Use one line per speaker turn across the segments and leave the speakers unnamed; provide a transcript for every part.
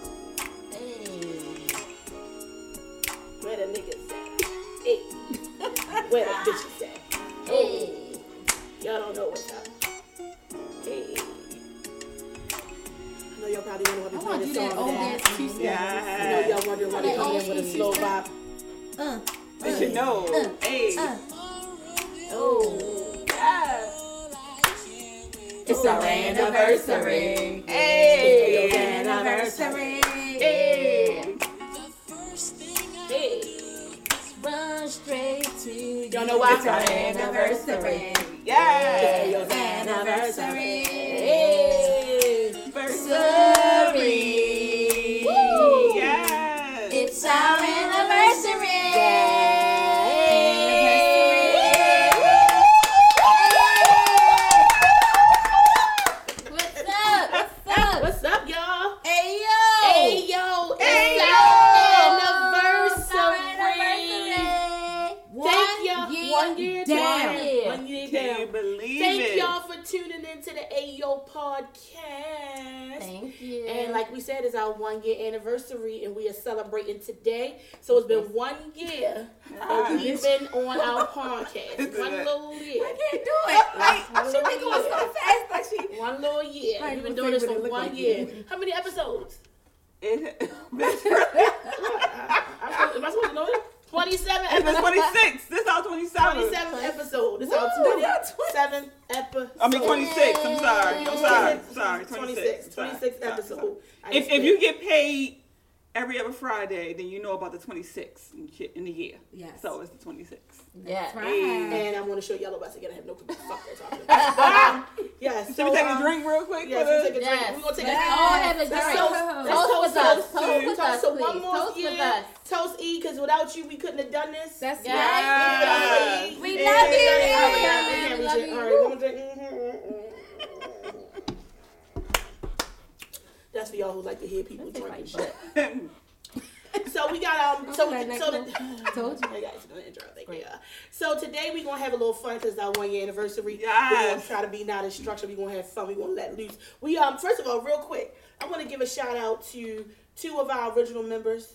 Where the bitches at?
Hey.
Y'all don't know what's up. Hey. I know y'all probably wonder
I
why
want
we playing
to do
this
that
song.
old
today.
dance two step.
I know
Yeah.
y'all wondering why they
That
coming in
old
with a slow
school two-step.
bop.
Uh,
They should know. Hey.
uh.
Oh.
It's our anniversary.
Hey.
Anniversary.
Hey.
Run straight to
Y'all know why?
It's our
anniversary.
Yeah.
Y'all know.
Anniversary.
Anniversary.
Woo.
Yes.
It's our anniversary. What's up? What's up?
What's up, y'all?
Hey
Hey,
yo!
yo.
Hey,
It's
yo.
our anniversary.
Anniversary!
Thank y'all.
One year down.
One year down.
Can't believe
Thank
it.
y'all for tuning in to the Ayo podcast.
Thank you.
And like we said, it's our one year anniversary, and we are celebrating today. So it's been one year
Ah,
that we've been on our podcast. One little
I
year.
can't do it. Like,
One
she be
little
going
year.
so fast. Like she.
One little year.
Right,
We've been
we'll
doing
say
this
what it
for
look
one
like.
year. How many episodes?
It,
I'm supposed- am I supposed to know this? 27
it's been
episodes.
26. This is all 27.
27th episode. It's
Woo,
our
that's what-
27th episode.
I mean, 26. I'm sorry. I'm sorry. I'm sorry. 26.
26.
Sorry.
26
Sorry.
episode. I
If,
just
if you get paid every other Friday, then you know about the 26 in ki- in the year.
Yes.
So it's the 26.
yeah.
Hey.
And I want to show yellow bus again. I have no clue what the fuck they're talking about. Um, yes.
Should
so,
we take a
um,
drink real quick?
Yes,
for
we'll
the-
take a drink.
Yes.
We're going to take
Let's
a
all have a
Let's
drink.
toast- let's
Toast
toast
with us.
to-
Toast with us,
So one
please.
more
Toast
year.
with us.
Toast E, because without you, we couldn't have done this.
That's
Yeah.
right.
Yeah.
Yeah.
We
Hey.
love you.
Yeah, we
Yeah,
got it.
we
We
love
got it.
you.
All right, one more drink. Mhm. That's for y'all who like to hear people drinking shit. So we got um. So
Okay,
so
next
the,
Told you.
Hey guys, good intro. Thank you. So today we're gonna have a little fun because our one year anniversary. We're gonna
Yes.
try to be not in structure. We're gonna have fun. We're gonna let loose. We um first of all, real quick, I wanna give a shout out to two of our original members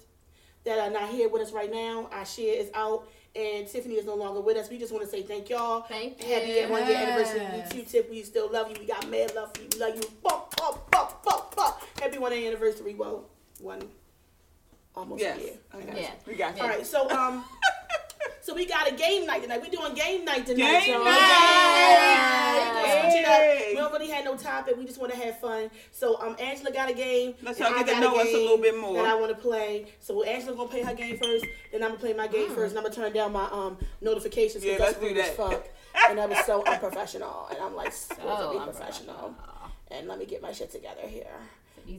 that are not here with us right now. Our share is out and Tiffany is no longer with us. We just wanna say thank y'all.
Thank
Happy
you.
one year anniversary. We too Tiff, we still love you. We got mad love for you. We love you. Fuck, fuck, fuck, fuck, fuck. Happy one year anniversary. Well, one almost
Yes.
year.
Okay.
Yeah.
We got you.
All right, so um, so we got a game night tonight. We doing game night tonight,
Game
y'all.
night!
Yeah, we gonna switch it up.
Hey!
We don't really have no topic. We just want to have fun. So um, Angela got a game.
Let's
and
y'all
I
get to
got
know us a
game
little bit more.
That I want to play. So Angela's gonna play her game first, then I'm gonna play my game first, and I'm gonna turn down my um notifications
Mm. Yeah,
because
let's
that's
do
rude as
that.
fuck. and that was so unprofessional. And I'm like, so
Oh,
be
unprofessional.
professional. And let me get my shit together here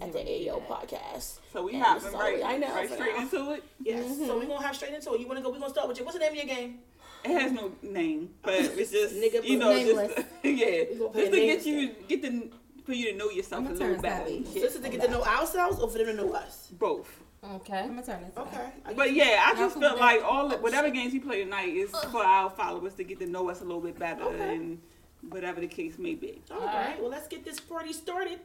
at the AO podcast.
So we
And
have
this is
them
all
right,
we- I know
right
for
straight
now.
into it.
Yes. So we're gonna have straight into it. You wanna go? We're gonna start with you. What's the name of your game?
It has no name, but it's just
Nigga book.
you know,
Nameless.
just yeah,
gonna put
just
a
to
name
get you get to for you to know yourself
I'ma
a
turn
little
it
better.
sideways.
Yeah,
This is to get to know ourselves or for them to know us.
Both.
Okay.
I'm gonna turn this.
Okay. I
But yeah, I just
Welcome
felt
back.
like all
Oh,
whatever games we play tonight is for our followers to get to know us a little bit better
Okay.
and whatever the case may be.
All right. Well, let's get this party started.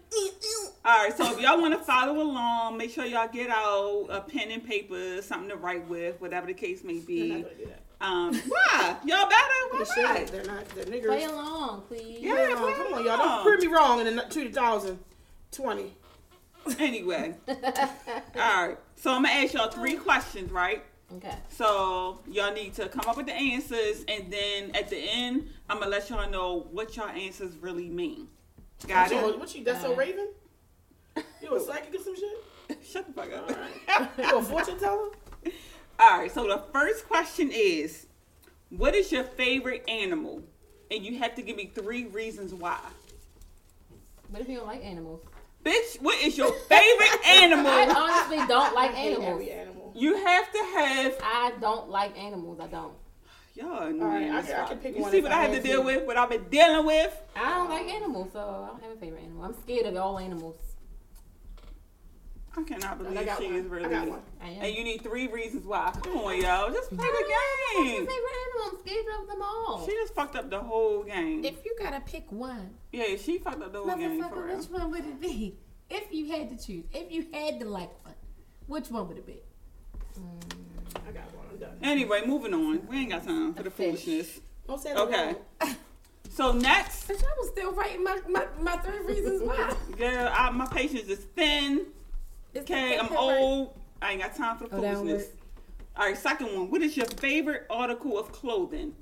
All right, so if y'all want to follow along, make sure y'all get out a pen and paper, something to write with, whatever the case may
They're
be.
not gonna do that.
Um, why? Y'all better.
They
Why not?
should. They're not. They're niggers.
Play along, please.
Yeah,
Play
play
along. Come on, y'all.
along.
Don't prove me wrong in the n- 2020.
Anyway, all right. So I'm gonna ask y'all three questions, right?
Okay.
So y'all need to come up with the answers, and then at the end, I'm gonna let y'all know what y'all answers really mean. Got
So,
it?
what you? That's so Raven. You a psychic or some shit?
Shut the fuck
All
up.
right. You a fortune teller?
All right. So the first question is, what is your favorite animal? And you have to give me three reasons why.
What if you don't like animals?
Bitch, what is your favorite animal?
I honestly don't like
Hate
animals.
Every Oh, animal.
You have to have
I don't like animals. I don't.
y'all. are annoying
I
as
can- I
fuck.
can pick
you
one
see
if
what
I
I have
had
to
to.
deal with, what I've been dealing with.
I don't like animals, so I don't have a favorite animal. I'm scared of all animals.
I cannot
And
believe
I got
she
one.
is really.
I got one.
I am.
And you need three reasons why. Come on, y'all. Just play
I
the
don't have a
game.
favorite animal. I'm scared of them all.
She just fucked up the whole game.
If you gotta pick one,
yeah, she fucked up the whole game for
motherfucker,
real.
which one would it be? If you had to choose, if you had to like one, which one would it be?
I got one. I'm done.
Anyway, moving on. We ain't got time for
A
the
fish.
foolishness.
Don't say that.
Okay.
wrong.
So next,
Bitch, I was still writing my, my, my three reasons why.
girl, I, my patience is thin.
It's
Okay, I'm
like-
old. I ain't got time for the
Go downward.
foolishness. All right, second one. What is your favorite article of clothing?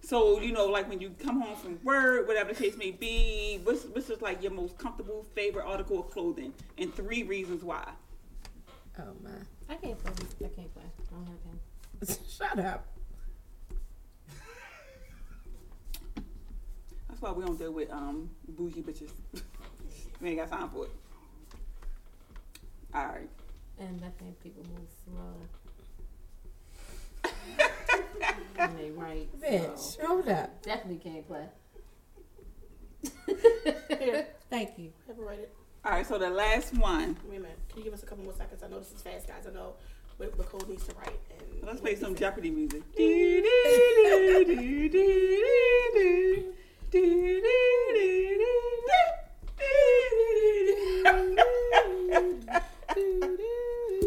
So you know, like when you come home from work, whatever the case may be, what's what's just like your most comfortable favorite article of clothing, and three reasons why.
Oh my.
I can't play. I can't play. I don't have him.
Shut up.
That's why we don't deal with um bougie bitches. we ain't got time for it. All right.
And I think people move slow. and they write.
Bitch,
So
hold up.
definitely can't play.
Here,
Thank you.
have her write it.
All right. So the last one.
Wait a minute. Can you give us a couple more seconds? I know this is fast, guys. I know what what Cole needs to write. And
Let's play some Jeopardy music.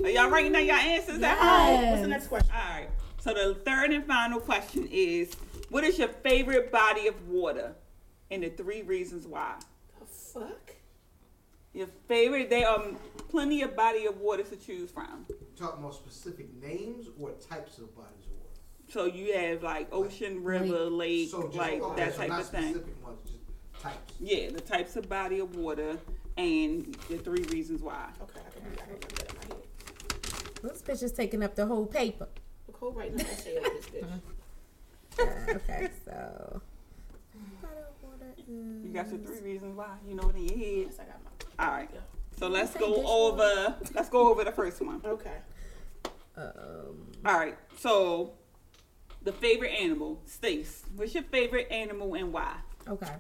Are y'all writing down your answers at home?
What's the next question?
All right. So the third and final question is, what is your favorite body of water, and the three reasons why?
The fuck?
Your favorite? There are plenty of body of waters to choose from.
Talk more specific names or types of bodies of water.
So you have like ocean, river, lake,
So just
like
okay,
that
so
type
not
of thing.
specific ones, just types.
Yeah, the types of body of water and the three reasons why.
Okay, I can do that. I can do that in my head.
This bitch is taking up the whole paper.
But Cole writing an essay on this bitch.
Uh, okay, so.
You got your three reasons why. You know what it is.
Yes, I got mine.
All right. So let's
say
go
dish
over. Let's go over the first one.
Okay.
Um,
All right. So the favorite animal, Stace. What's your favorite animal and why?
okay.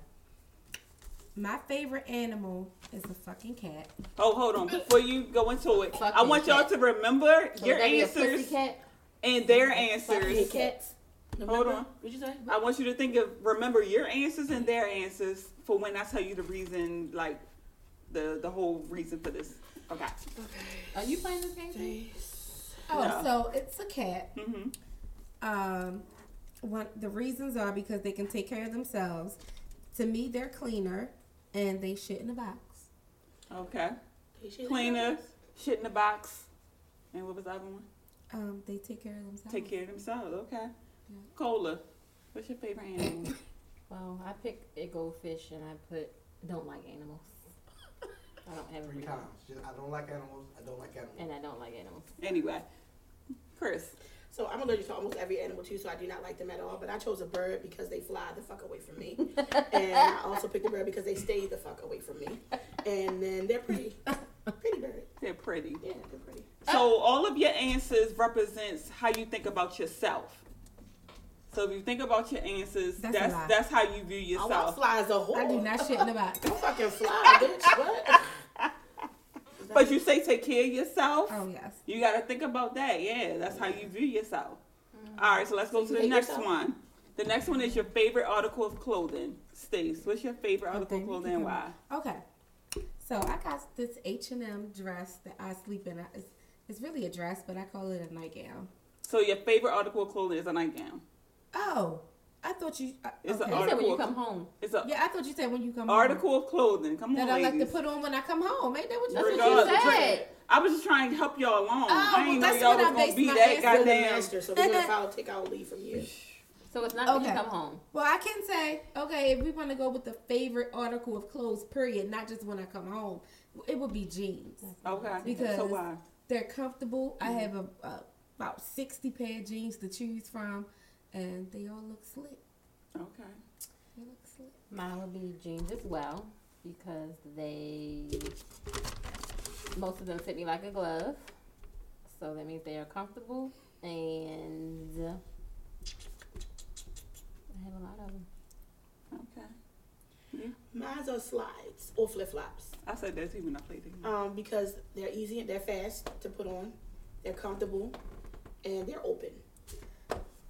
My favorite animal is a fucking cat.
Oh, hold on. Before you go into it, I
Fucking
want y'all
cat.
to remember your
Would that be a
answers
pussycat?
and their
Fucking
answers.
cats.
Remember?
on.
What'd you say?
I want you to think of remember your answers and their answers for when I tell you the reason, like the the whole reason for this. Okay.
Are you playing this game? too?
Oh,
No.
so it's a cat.
hmm
Um, one the reasons are because they can take care of themselves. To me, they're cleaner and they shit in a box.
Okay.
Patience.
Cleaner, shit in the box, and what was the other one?
Um, they take care of themselves.
Take care of themselves. Okay. Cola. What's your favorite animal?
Well, I picked a goldfish and I put don't like animals. I don't have a
Three
reason.
times. Just, I don't like animals. I don't like animals.
And I don't like animals.
anyway, Chris.
So I'm allergic to almost every animal too, so I do not like them at all. But I chose a bird because they fly the fuck away from me, and I also picked a bird because they stay the fuck away from me, and then they're pretty, pretty bird.
They're pretty.
Yeah, they're pretty.
So all of your answers represents how you think about yourself. So if you think about your answers,
That's
that's
a
that's,
lie.
how you view
Oh, I want
yourself.
flies a whore.
I do not shit in a box.
Don't fucking fly, bitch. What?
But you say take care of yourself.
Oh yes.
You got to think about that. Yeah, that's how you view yourself.
Mm-hmm.
All right, so let's go to the
hate
next
yourself?
one. The next one is your favorite article of clothing. Stace, what's your favorite article
thank
of
you
clothing
for
and why?
coming. Okay. So I got this H and M dress that I sleep in. I- It's, it's really a dress, but I call it a nightgown.
So your favorite article of clothing is a nightgown.
Oh, I thought you. I-
It's a
okay.
You said when
Article.
you come home.
It's a
Yeah, I thought you said when you come home.
article of clothing. Come on,
that I like to
ladies.
put on when I come home. Ain't that what you
That's what
said?
she
Regardless.
said.
I was just trying to help y'all along.
Oh,
I didn't know
that's
y'all
what I
was gonna
based
be
my
that
You're the
goddamn.
master, so we're gonna follow, take our lead from you.
So it's not when
Okay.
you come home.
Well, I can say, okay, if we want to go with the favorite article of clothes, period, not just when I come home, it would be jeans.
Okay.
Because-
so why?
They're comfortable.
Mm-hmm.
I have a, a, about 60 pair of jeans to choose from, and they all look slick.
Okay.
They look slick.
Mine would be jeans as well because they most of them fit me like a glove. So that means they are comfortable and I have a lot of them.
Okay.
Mine's are slides or flip flops,
I said that too when I played the game.
um, because they're easy and they're fast to put on, they're comfortable, and they're open.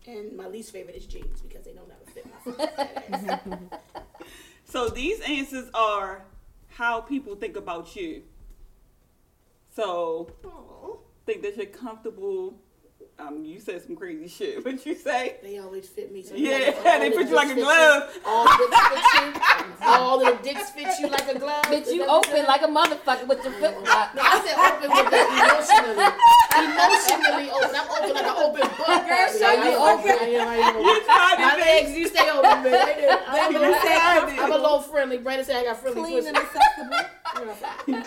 And my least favorite is jeans because they don't ever fit my fucking fat ass.
So these answers are how people think about you. So
Aw.
think that you're comfortable. um, you said some crazy shit. What you say?
They always fit me. So you
Yeah,
gotta- all
they
the
put you like a
dicks fit
glove.
All the dicks fit you. All the dicks fit you like a glove.
Bitch,
Is
you
that what
open
said?
like a motherfucker with your flip flop.
No, I said open with the emotionally. Emotionally open. I'm open like an open book.
Girl, so
I
you
ain't- I ain't- I ain't open. My legs, you stay open, man. I didn't- I'm, a
You
little,
tried
I'm a little friendly. Brandon said I got friendly
Clean
pussy.
and accessible.
it.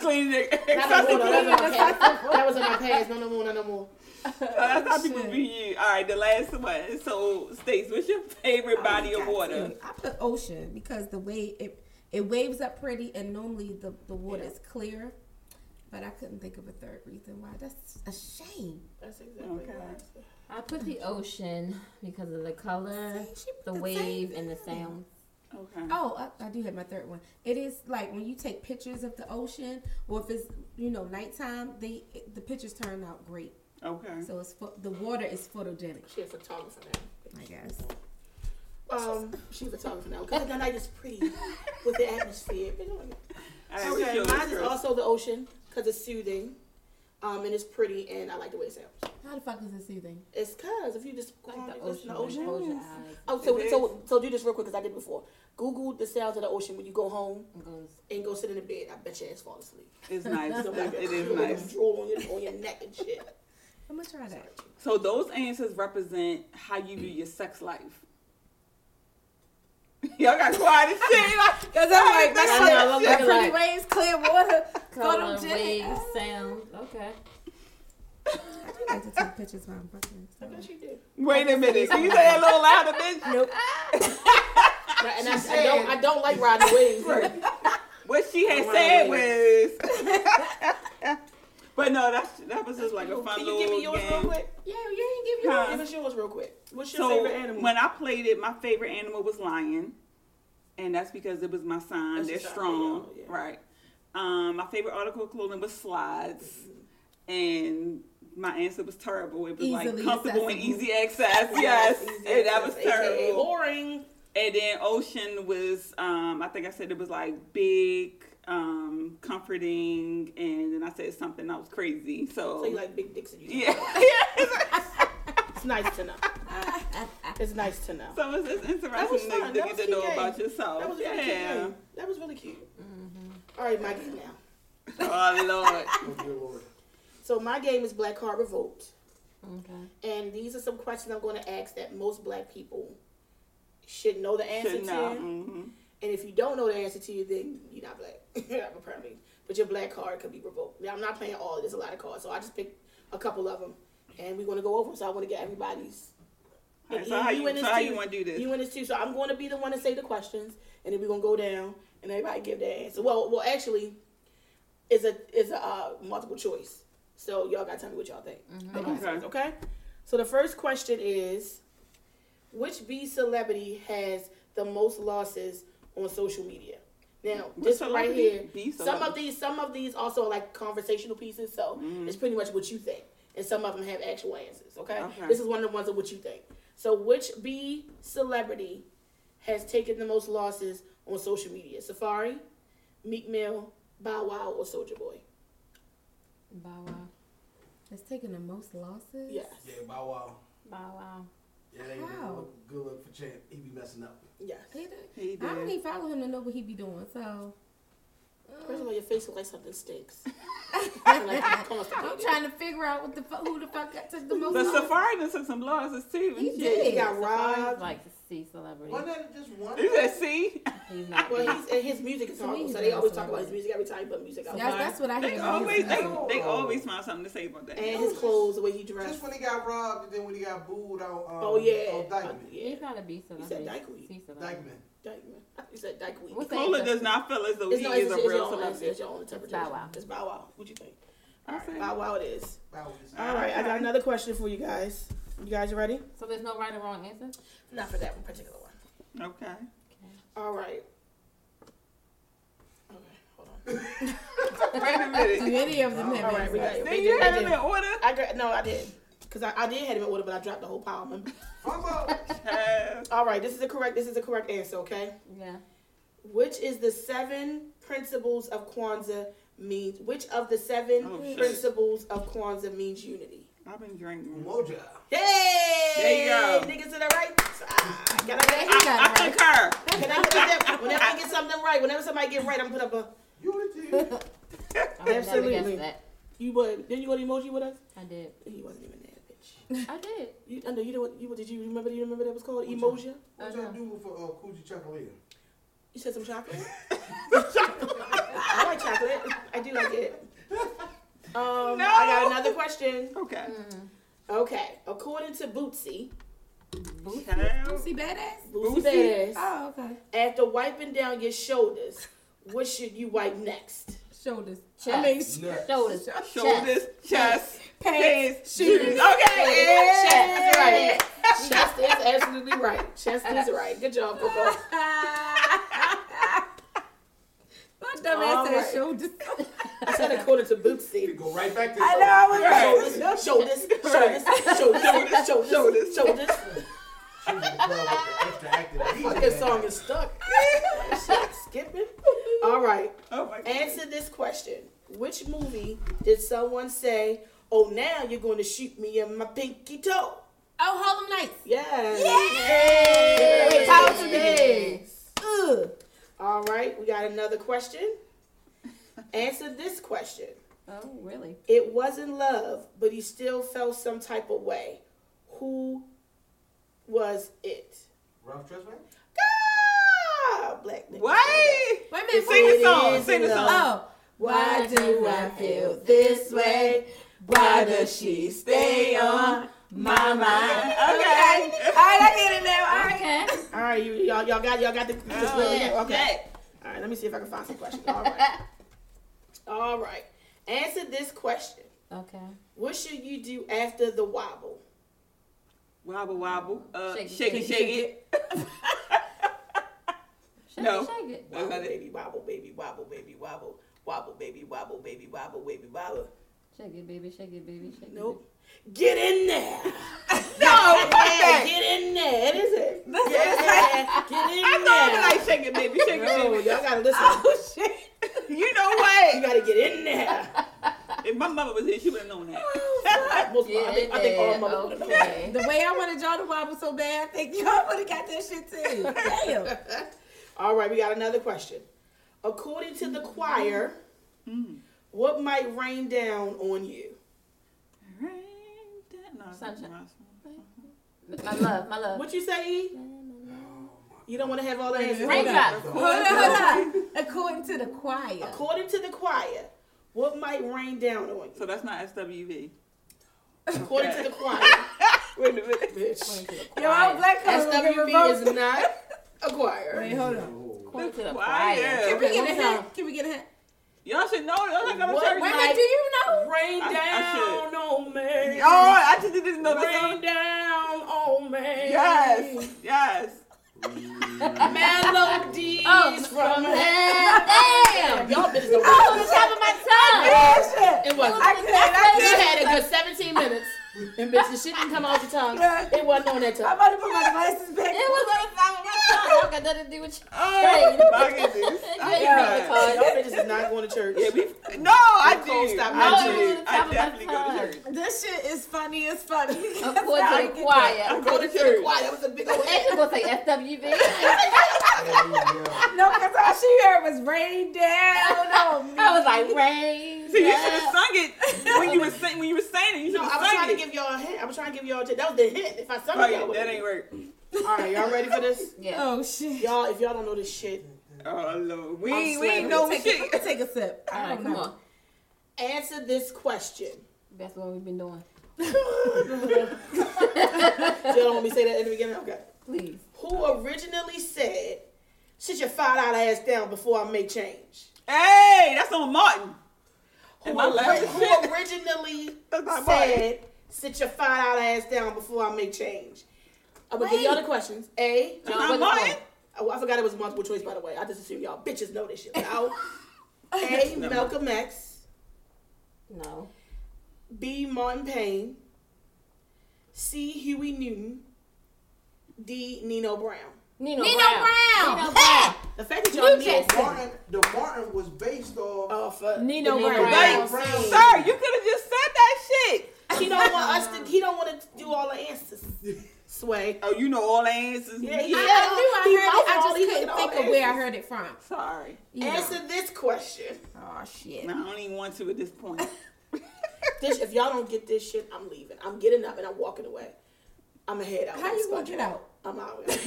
Clean it.
Not no more,
Excessive
though. That was in
clean.
my past. That was in my past. No, no more, no, no more.
That's how people
Shit.
view you. All right, the last one. So, Stace, what's your favorite body
Oh,
of
God,
water?
too. I put ocean because the way it it waves up pretty, and normally the the water is clear. But I couldn't think of a third reason why. That's a shame.
That's exactly
Okay.
what I said.
I put the ocean because of the color,
See, she put
the
the same
wave, and the
thing.
sound.
Okay.
Oh, I, I do have my third one. It is like when you take pictures of the ocean, or if it's you know nighttime, they the pictures turn out great.
Okay.
So it's pho- the water is photogenic.
She a photographer now.
I guess.
Um, she's a photographer now. Because the night is pretty with the atmosphere. But you know,
All right, what's
Okay,
yours,
mine is
Chris?
also the ocean because it's soothing, um, and it's pretty, and I like the way it sounds.
How the fuck is this soothing?
It's cause if you just
Like
calmly
the
listen
ocean.
to
when
ocean.
you Close your
Yes.
eyes
Oh, so
It
so so do this real quick because I did it before. Google the sounds of the ocean when you go home
and goes.
and go sit in the bed. I bet your ass fall asleep.
It's nice.
It's gonna
It
be
it
like a cool
is nice.
Drool on your, on your neck and shit.
I'm gonna try that.
So those answers represent how you view your sex life. Y'all got quiet as shit. Like,
Cause I'm like,
I know, I love
that shit,
that
pretty
light.
waves, clear water,
Color,
photogenic.
wave, sound. Okay.
I do like to take pictures while I'm fucking.
I bet you do.
wait a minute. Can you say that a little louder, bitch?
Nope.
But- And I, I don't I don't like riding the waves.
What she had
Wow.
said was. but no, that's that was just like a fun
Can you
little
give me yours
game.
real quick? Yeah, yeah. Give yours.
Huh?
Give us yours real quick. What's your
So
favorite animal?
when I played it, my favorite animal was lion, and that's because it was my sign.
That's
They're
your sign,
strong,
yeah, yeah.
right? Um, my favorite article of clothing was slides,
Mm-hmm.
and my answer was terrible. It was like
Easily
comfortable and
accessible.
easy access. Yes,
Easy
and that was
access, AKA
terrible.
Boring.
And then ocean was, um, I think I said it was like big, um, comforting, and then I said something that was crazy. So,
So you like big dicks and you
yeah,
It's nice to know. it's nice to know.
so it's, it's interesting
That was fun.
to, to
That
get
was
to know
a good
about
game.
yourself.
That was really
yeah.
cute. game. That was really cute. All right, my game now.
Oh Lord.
Oh, dear Lord.
So my game is Black Card Revolt,
Okay.
and these are some questions I'm going to ask that most Black people should know the answer
Should
to.
know. hmm
And if you don't know the answer to, you then you're not black. Apparently, but your black card could be revoked. Now I'm not playing all. There's a lot of cards, so I just picked a couple of them, and we're going to go over. 'em, So I want to get everybody's.
All
E and
right,
E
so how you,
in this
so how
too.
you want to do this?
You in this too. So I'm going to be the one to say the questions, and then we're gonna go down, and everybody give their answer. Well, well, actually, it's a it's a uh, multiple choice. So y'all gotta tell me what y'all think. Everybody
Okay.
says, okay. So the first question is, which B celebrity has the most losses on social media? Now,
Which
this one right
celebrity?
here.
B
Some of
celebrity.
these, some of these also are like conversational pieces. So it's pretty much what you think, and some of them have actual answers. Okay?
Okay.
this is one of the ones of what you think. So which B celebrity has taken the most losses on social media? Safari, Meek Mill, Bow Wow, or Soldier Boy?
Bow wow.
It's taking the most losses.
Yes.
Yeah, Bow Wow.
Bow wow.
Yeah, that ain't
How?
good look, good look for champ. He be messing up.
Yes.
He do-
He
I don't
did.
even follow him to know what he be doing. So
First of all, your face looks like something stinks. Like you
I'm
constipated.
trying to figure out what the fu- who the fuck got took the most.
But
losses.
Safari done took some losses too.
He
Shit.
did.
He got
Safari's
robbed.
like to see celebrities.
Wasn't that just one?
You said, see?
He's not.
Well, he's, and his music is
To me,
horrible,
he's
so they
not
always
a
talk about his music every time he put music out.
That's, that's what I hear.
They
about him.
always, they,
Oh.
they always find something to say about that.
and his clothes, the way he dressed.
Just when he got robbed and then when he got booed on. Um,
Oh yeah.
On Dykeman.
yeah.
he's not a B celebrity.
said Dykeweed.
C celebrity.
Dykeman.
Dykeman. You said Dykeweed.
What's
Cola
Thank you.
does not feel as though
It's
he
no,
is
it's,
a
it's your
real
own answer. It's
celebrity.
your own interpretation.
Bow Wow.
It's Bow Wow. What you think?
I
Alright,
say-
Bow Wow it is.
Bow Wow's-
All right, I got another question for you guys. You guys ready?
So there's no right or wrong answer.
Not for that one particular one.
Okay.
All right. Okay, hold on.
Wait a
Do
minute.
any of them have
All right, we got it.
Then you
I
had him in
did.
order.
I gra- no, I did. Cause I, I did have it in order, but I dropped the whole pile. Remember?
Bow Wow.
Uh,
All right, this is the correct. This is the correct answer. Okay.
Yeah.
Which is the seven principles of Kwanzaa means? Which of the seven
Oh, shit.
principles of Kwanzaa means unity?
I've been drinking.
Moja.
Hey,
There you go.
niggas to the right side. Can I
He
get,
I,
got
I
it right.
concur.
can I get a, whenever I get something right, whenever somebody get right, I'm gonna put up
Unity.
I would never
Absolutely.
guessed that.
a. You would? Then you got an emoji with us?
I did.
He wasn't even there, bitch.
I did.
You, I know you know what you what did you remember? You remember that was called emoji?
What y'all do for uh, Coogee Chocolate?
You said some chocolate. I like chocolate. I do like it. Um, I got
No.
another question.
Okay.
Mm-hmm.
Okay, according to Bootsy,
Child.
Boosie badass.
Bootsy, Badass,
Bootsy?
Oh, okay.
Ah. after wiping down your shoulders, what should you wipe next?
Shoulders,
Chest.
Nuts.
Shoulders.
Shoulders, chest, pants,
shoes.
shoes. Okay.
Chest
yeah.
is right. Chest is absolutely right. Chest is right. Good job, Coco.
My dumb ass
All right.
said shoulders.
I said according to
You
Bootsy.
go right back to
I know. I was right.
Shoulders, shoulders, shoulders, shoulders, shoulders, shoulders, shoulders.
She was the girl with the extra active beat in
Fucking
that.
song is stuck. Shit, Skipping. All right.
Oh my God.
Answer this question. Which movie did someone say, oh, now you're going to shoot me in my pinky toe?
Oh, Harlem Nights.
Yes.
Yay!
Power
to me. Ugh.
All right, we got another question. Answer this question.
Oh, really?
It wasn't love, but he still felt some type of way. Who was it?
Ralph Tresvant?
Ah, black nigga.
What?
Wait a
Sing
minute.
the
It
song.
is
Sing the
love.
song.
Oh. Why do I feel this way? Why does she stay on my mind? Okay. All right, I get it now. All right.
Okay.
All right, you, y'all, y'all got y'all got the.
yeah.
Okay. All right, let me see if I can find some questions. All right. All right. Answer this question.
Okay.
What should you do after the wobble?
Wobble wobble. Uh,
Shake it,
shake it,
shake
shake it.
Shake
No.
it, shake it.
I
Wobble
got it.
baby, wobble baby, wobble baby, wobble, wobble baby, wobble baby, wobble baby, wobble.
Shake it, baby. Shake it, baby. Shake
Nope. Get in there.
No, fuck
Yeah,
that.
get in there. It is it. Yeah, get in
I thought it
there.
was like shake it, baby, shake it,
no,
baby.
y'all gotta listen.
Oh, shit.
You know
You
what?
gotta get in there.
If my mother was here, she would have known that.
Most,
it. Get
I, think,
in
I think all
there.
mothers would know that.
Okay.
The way I wanted y'all to wobble so bad, I think y'all would have got that shit too. Damn.
All right, we got another question. According to the choir,
Hmm.
what might rain down on you?
Rain down- no, I think
Sunshine.
Ross one.
My love, my love.
What you say? E? You don't want to have all that. answers.
Raindrop.
Hold on, hold on. According to the choir.
According to the choir, what might rain down on you?
So that's not SWV.
According to the choir,
Wait a minute.
bitch.
Yo, I'm black color.
SWB is not a choir.
Wait, hold on.
Oh,
According to the
Why, yeah.
choir.
Can we
Okay,
get
what's
a hint? Can we get a hint?
Y'all should know. Y'all like I'm
What?
church.
Wait a
Like-
minute, do you know?
Rain
I- I
down
should.
on me.
Oh, I just didn't know the
rain
song.
down on me.
Yes, yes.
Melodies
Oh,
from heaven.
Damn.
Y'all bitches don't
Off the top of my tongue.
Yeah, shit.
It wasn't.
Oh, I could, I
She
could.
had a good 17 minutes. And bitch, the shit didn't come off the tongue. It wasn't on that
I'm
tongue.
about to put my glasses
It
back.
was on the top of my tongue. I don't got nothing to do with you.
Oh, my goodness. I
Yeah.
got
Y'all bitches is not going to church.
Yeah, we. No, I
We closed
do.
that
I
one.
Top
do.
of
I
my
definitely go
tongue.
to church.
This shit is funny as funny.
According to the choir.
Go to church. Why? That was a big old
Ain't you gonna say FWB?
yeah.
No, because all she heard was rain down on me.
I was like, rain.
See, you should have sung it when you were sing, when you were saying it. You should
No, I
have
was
sung
trying
it.
to give y'all a hint. I was trying to give y'all a hint. That was the hint. If I sung
Oh,
it,
yeah,
y'all
that ain't work.
All right, y'all ready for this?
Yeah.
Oh, shit.
Y'all, if y'all don't know this shit,
Oh Lord, we
I'm
ain't we
slamming.
ain't know
take,
shit.
a, take a sip.
All right, come on.
answer this question.
That's what we've been doing.
Y'all don't want me to say that in the beginning? Okay.
Please.
Who originally said, sit your five dollar ass down before I make change?
Hey, that's on Martin.
Who,
Am I
ori-
laughing?
who originally
That's not
said, sit your five dollar ass down before I make change? I'm gonna give
Wait.
y'all the questions. A.
That's
John,
not
what is
Martin.
Oh, I forgot it was multiple choice, by the way. I just assume y'all bitches know this shit. Now, A.
No.
Malcolm X.
No.
B. Martin Payne. C. Huey Newton. D. Nino Brown.
Nino,
Nino
Brown.
Brown.
Nino Brown.
The fact that y'all
New
knew
Jack-
Martin, the Martin was based off.
off of
Nino
the
Brown.
Like,
Brown.
sir, you could have just said that shit.
She don't want us Sway.
Oh, you know all answers.
Yeah,
I,
he-
I
he
knew I heard it.
knows
I
all
just
these
couldn't think of
little
where I heard it from.
Sorry.
You know.
Answer this question.
Oh shit.
No, I don't even want to at this point.
This, if y'all don't get this shit, I'm leaving. I'm getting up and I'm walking away. I'm gonna head out.
How
like
you gonna
SpongeBob.
get out?
I'm out.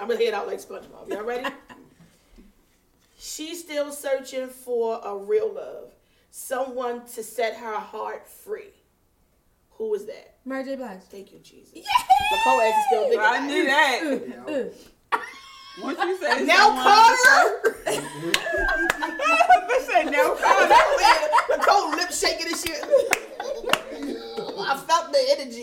I'm gonna head out like SpongeBob. Y'all ready? She's still searching for a real love, someone to set her heart free. Who is that?
Mary J. Blige.
Thank you, Jesus.
Yeah.
The co-ed is still thinking.
I knew that.
Ooh.
Once you said
Now Carter,
I said now Carter.
the cold lip shaking and shit. I felt the energy.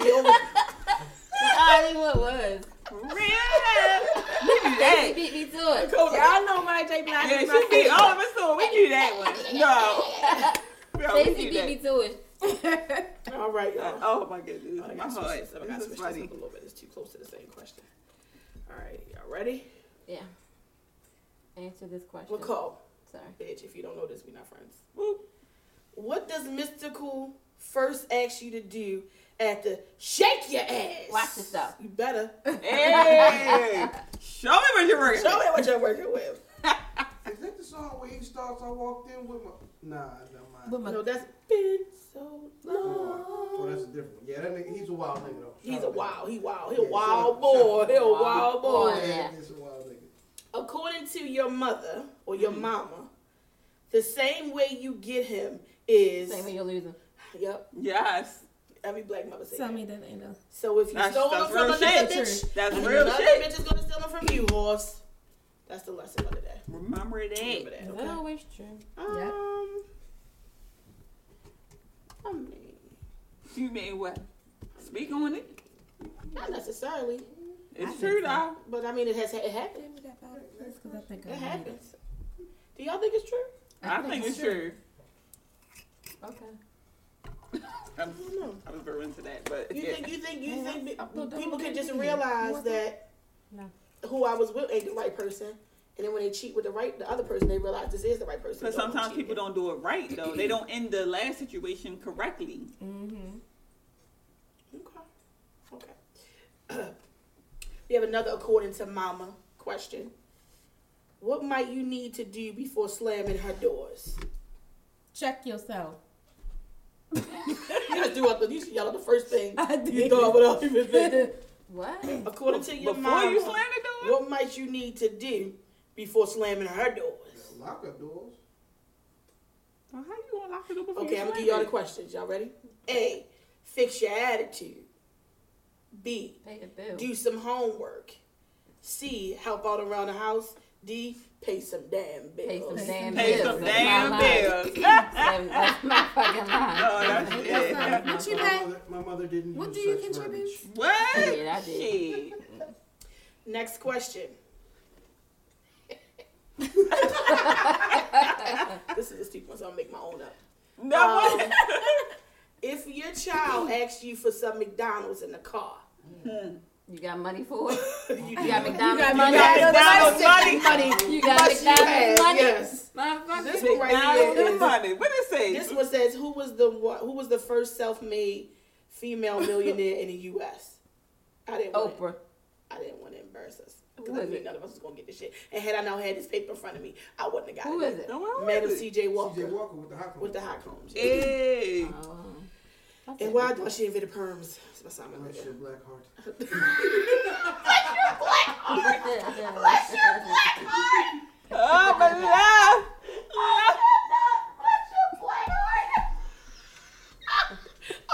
I knew what was.
Real love. We do that.
You beat me to it.
Y'all know Mary J. Blige.
Yeah,
is
she
my
beat all of us to it. We do that one. No. No, we
Stacey
do
beat me
that.
to it.
favorite.
All right, y'all.
Oh my goodness,
I
my
gotta
heart.
switch this up. I gotta
This
switch
is
this up a
funny.
little bit. It's too close to the same question. All right, y'all ready?
Yeah. Answer this question.
McCall,
Sorry.
bitch, if you don't know this, we not friends.
Whoop.
What does Mystical first ask you to do after shake your ass?
Watch this out.
You better.
Hey, show me what you're working.
Show me what you're working with.
Is that the song where he starts? I walked in with my. Nah, never
With
mind.
my-
No, that's been so long.
Oh, that's a different one. Yeah, that nigga, he's a wild nigga though.
He's a
Shout out
wild,
to
he wild, he
Oh,
a
Yeah, shut
wild
up,
boy,
shut
he a
up.
wild
him.
boy.
boy.
Yeah, he's a wild nigga.
According to your mother or your mama, the same way you get him is
Same way you'll lose him.
yep.
Yes,
Every black mother say
Tell
that.
me that ain't no.
So if you
That's-
stole them
that's
from
real
another
shit.
bitch,
that's real
another
shit.
bitch is gonna steal them from you, horse. That's the lesson of the day.
Remember
Remember
that.
that.
Is
Okay.
that always true?
Yep.
Um, I mean,
You mean what? Speak on it.
not necessarily,
It's
think
true
so.
though.
but I mean, it has it happened.
Because I think
It
I made it.
happens. Do y'all think it's true?
I think it's true.
Okay.
I don't know.
I was very into that, but
You
yeah.
think you think you
Yeah,
think
I thought
be-
that
people
was
can just
it.
realize
What the-
that
No.
who I was with ain't the right person, and then when they cheat with the right the other person, they realize this is the right person.
But
Don't
sometimes
cheat.
people don't do it right though. They don't end the last situation correctly.
Mm-hmm.
Okay. Okay. we have another according to mama question. What might you need to do before slamming her doors?
Check yourself.
You gotta do up the you should yell out the first thing
I
you
did.
thought without even thinking.
Check
What?
According to your
Before
mama,
you slam the door,
what might you need to do before slamming her doors?
Yeah, Lock her doors.
Well, how you gonna lock the door before
Okay,
you
I'm gonna give
slam
y'all the
it?
questions. Y'all ready? A. Fix your attitude. B.
Pay the bill.
Do some homework. C. Help out around the house. D. Pay some damn bills.
Pay some damn
Pay
bills.
some
That's
damn
my line.
bills.
That's that's my fucking
Oh,
line.
that's it.
yourself. What you
my,
pay?
mother, my mother didn't.
What
use
do you
sex
contribute?
verbiage.
What?
Yeah, I did.
Shit.
Next question. this is a steep one, so I'll make my own up.
No,
Um,
what?
if your child asks you for some McDonald's in the car,
You got money for it?
you
You got
do.
McDonald's
money.
money?
got McDonald's money.
You got
Yes, you have,
McDonald's money?
Yes.
Motherfucker.
This one right
Now
here
the
is-
money. What it say?
This one says who was the one, who was the first self-made female millionaire in the U.S. I didn't want
Oprah.
To, I didn't want to embarrass us
Who
because I
is
knew
it?
none of us was gonna get this shit. And had I not had this paper in front of me, I wouldn't have got
Who
it.
is it?
No, what was
Madam
it?
C.J.
CJ
Walker
Walker with the hot
with the hot combs.
Hey.
Oh. That's
And
it.
why I thought she invented perms? That's my song right
Bless
there.
your black heart.
Oh, my love.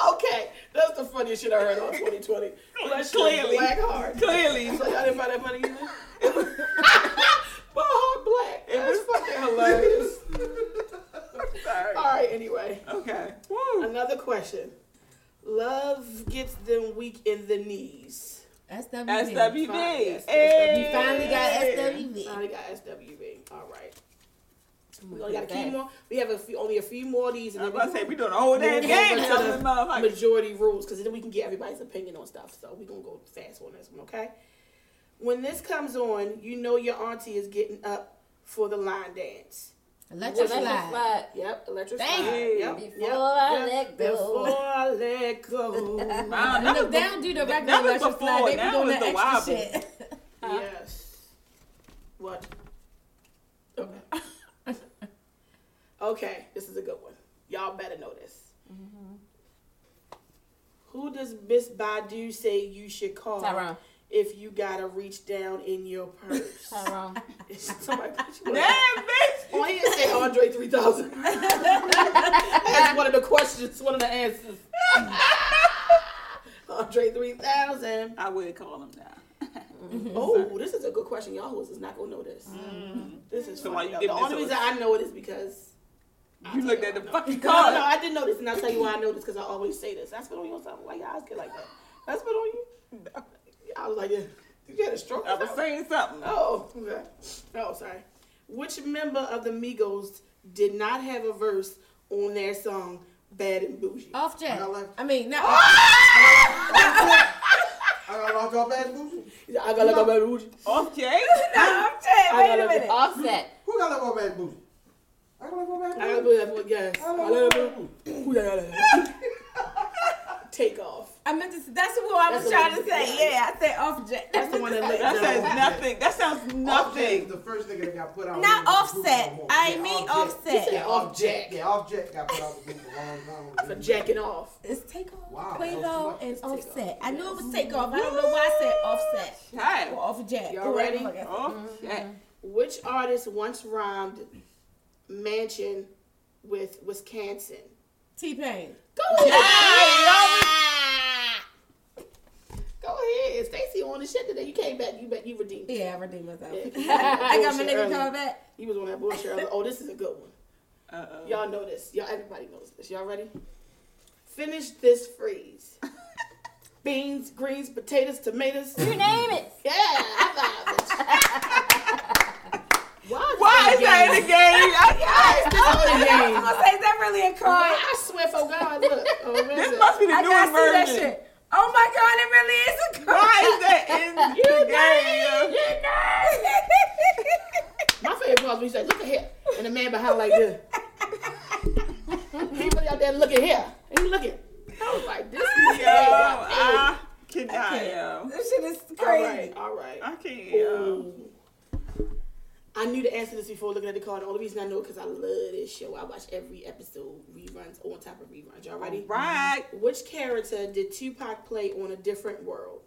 Okay, that's the funniest shit I heard on 2020. Bless
Clearly.
your black heart.
Clearly.
So y'all didn't find that funny either? my heart black. It was fucking hilarious.
Sorry.
All right, anyway.
Okay. Woo.
Another question. Love gets them weak in the knees.
SWV.
SWB.
Yes,
Hey.
We finally got SWV.
Finally got SWB. All right. We only got a few more. We have a few, only a few more of these,
I
and
was
then
about
we
to say, we doing a whole damn
Move over
game now,
to
this
the
motherfucker.
majority rules because then we can get everybody's opinion on stuff. So we're gonna go fast on this one, okay? When this comes on, you know your auntie is getting up for the line dance.
Electric
Electric
slide.
slide.
Yep, electric
Thank
slide.
you.
Yep,
Before
yep,
I
yep.
let go.
Before I let go.
Wow, that
Look,
was
they don't do the
that
regular
was
electric
before.
slide. They be
Now
doing
it's
that
the
extra
wobble.
shit.
yes. What? Okay. okay, this is a good one. Y'all better know this.
Mm-hmm.
Who does Miss Badu say you should call
Tyrone.
if you gotta reach down in your purse?
Tyrone.
Somebody put you on-
Damn, bitch.
on here it say Andre 3000. That's one of the questions, one of the answers. Andre 3000.
I would call him now.
Oh, this is a good question. Y'all who's is not gonna know this. This is
So
funny.
why you
the
giving this
only
to
reason I know it is because I
You
tell
looked
y'all
at the
I know.
fucking
No, no,
card.
I didn't know this, and I'll tell you why I know this because I always say this. I spit on you or something. Like your eyes get like that. I spit on you. I was like, yeah. Did you had a stroke? or
I was
something?
saying something.
Oh, okay. Oh, sorry. Which member of the Migos did not have a verse on their song "Bad and Bougie"?
Off
I
jet.
got left.
I mean, not
I got locked off bad bougie.
I gotta go bad and bougie.
Off Jay.
I
Wait
gotta
a minute.
Offset.
Who got left off bad bougie? I got left off
I gotta
bad
go
bougie.
that one. Yes.
I
I
got left off
love
bad
it. Who that gotta- Take off.
I meant to. That's who I was
That's the
trying
one.
to say. Yeah, I said offset.
That's the one that lit.
That
no.
says nothing. That sounds
Off Jack is
nothing.
the first nigga that got put out.
Not
of the group
Offset.
for long.
I
Yeah,
mean
Off Jack.
Offset.
She said Off Jack.
Yeah, Off Jack got put out of the group for a long time.
For jacking off.
It's takeoff,
Wow, that was
Quavo,
much.
and
It's Takeoff.
offset. I knew it was takeoff. I don't know why I said offset or
Child.
off jet.
Y'all
or whatever
ready?
the fuck
Off Jay.
Which artist once rhymed "mansion" with Wisconsin?
I- T Pain.
Go ahead. Go ahead. Stacy on the shit today. You came back. You bet you redeemed. it.
Yeah, I redeemed myself.
Yeah.
I got my
Bullshit
nigga
early.
coming back.
You was on that bullshit. I was like, oh, this is a good one.
Uh oh.
Y'all know this. Y'all, everybody knows this. Y'all ready? Finish this phrase. Beans, greens, potatoes, tomatoes.
You name it.
Yeah, high five, bitch. Why?
Why is that in the game? I,
I was
Why is that in the game?
gonna say, is that really a card?
I swear for God, look. Oh,
I,
man,
this must be the
I gotta
newest
see that
version.
shit. Oh my god, it really is a card.
Why is that in the game?
My favorite part was when he said, look at here. And the man behind like this. he really out there looking here. And he looking. I was like, this is
Yo, uh, I cannot, yo.
This shit is
All
crazy.
right, all right.
I can't, yo.
Ooh. I knew the answer to this before looking at the card. The only reason I know it because I love this show. I watch every episode, reruns on top of reruns. Y'all ready?
Right.
Which character did Tupac play on a different world?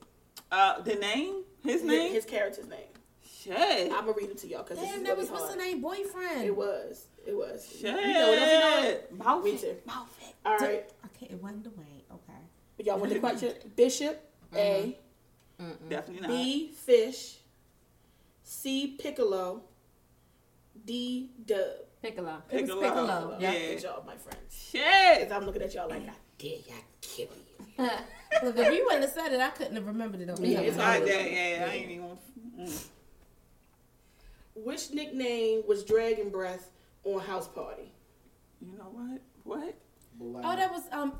Uh, the name? His name?
His character's name.
shit.
I'm gonna read it to y'all because
Damn,
it's
that
really
was what's the
hard.
name? Boyfriend.
It was. It was.
Shit.
You know it, don't you know it?
Mouth
Me
it.
too.
Mouth it.
All right.
Okay, it wasn't Dwayne. Okay.
But y'all want the question? Bishop, A, Mm-hmm.
Mm-hmm.
Definitely not.
B, Fish, C, Piccolo, D, Dub.
Piccolo.
It was
Piccolo.
Piccolo.
Yeah.
Good job, my friends.
Shit.
Because I'm looking at y'all like, I
Mm.
dare y'all kill you.
Look, if you wouldn't have said it, I couldn't have remembered it. Over
Yeah,
here.
it's
It's
all
not
good.
that. Yeah, I ain't even. mm.
Which nickname was Dragon Breath on House Party?
You know what? What?
Oh, that was um.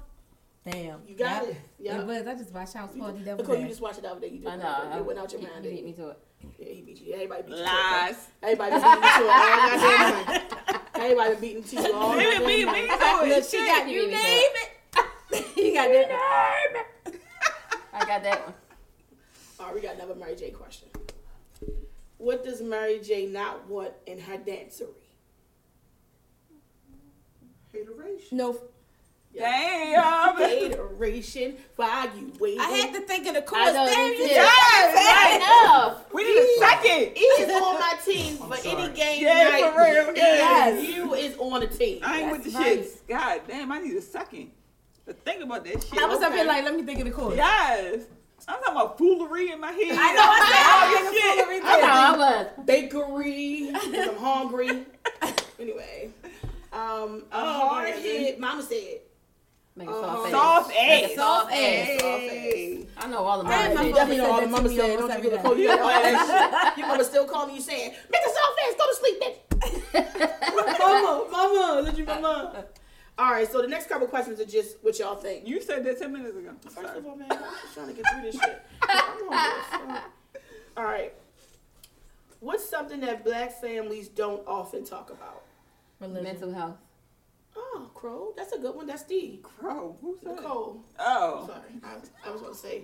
Damn.
You got
Yep.
it. Yep.
It was. I just watched House Party. That was
Because you
that.
just watched it the other day. You
I
didn't
know. I,
know. It went out your
you,
mind.
you
didn't
beat
you?
me to it.
Yeah, he beat you. Everybody beat you. to it.
Lies.
Everybody beat you to it. all goddamn night. Everybody beating to you all
They would beat
goddamn
me
night.
to
Look,
it.
she
Shit.
got
You
you. Name
beat me to
it. you got that. Name it.
I got that one.
All right, we got another Mary J question. What does Mary J not want in her dancery?
Hateration.
No,
Damn.
Hateration. Why you waiting?
I had to think of the coolest
know,
thing
me
you
too.
just
Yes.
said.
Enough.
We need a second.
He is on my team for any
sorry.
game
Yeah,
night.
for real,
and
yeah.
You is on the team.
I ain't with the
That's
shits. God damn, I need a second to think about that shit.
I was up
Okay.
here like, let me think of the coolest.
yes. I'm talking about foolery in my head.
I know. I said
All
I
this
was
shit.
thinking of
That's
foolery.
how I was.
Bakery. 'cause I'm hungry. anyway. Um, a
Oh,
hard
my
hit. Mama said.
Make a
Uh-huh.
soft
Soft
ass.
egg.
Make a soft
egg.
Hey.
I know all of
I
my
am
bitches.
a fucking-
Definitely
said
know all
that
the mama
to me
said.
almost
Don't you get
every
a call. You got all that shit. Your mama still calling you saying, make us all fast. Go to sleep, bitch. mama, mama. Let you mama. All right, so the next couple questions are just what y'all think.
You said that 10 minutes ago.
First
Sorry.
of all, man, I'm just trying to get through this shit. I'm on this. All right. What's something that black families don't often talk about?
Religion.
mental health.
Oh, crow. That's a good one. That's D.
Crow, who's that?
Nicole.
Oh,
Sorry, I, I was going to say.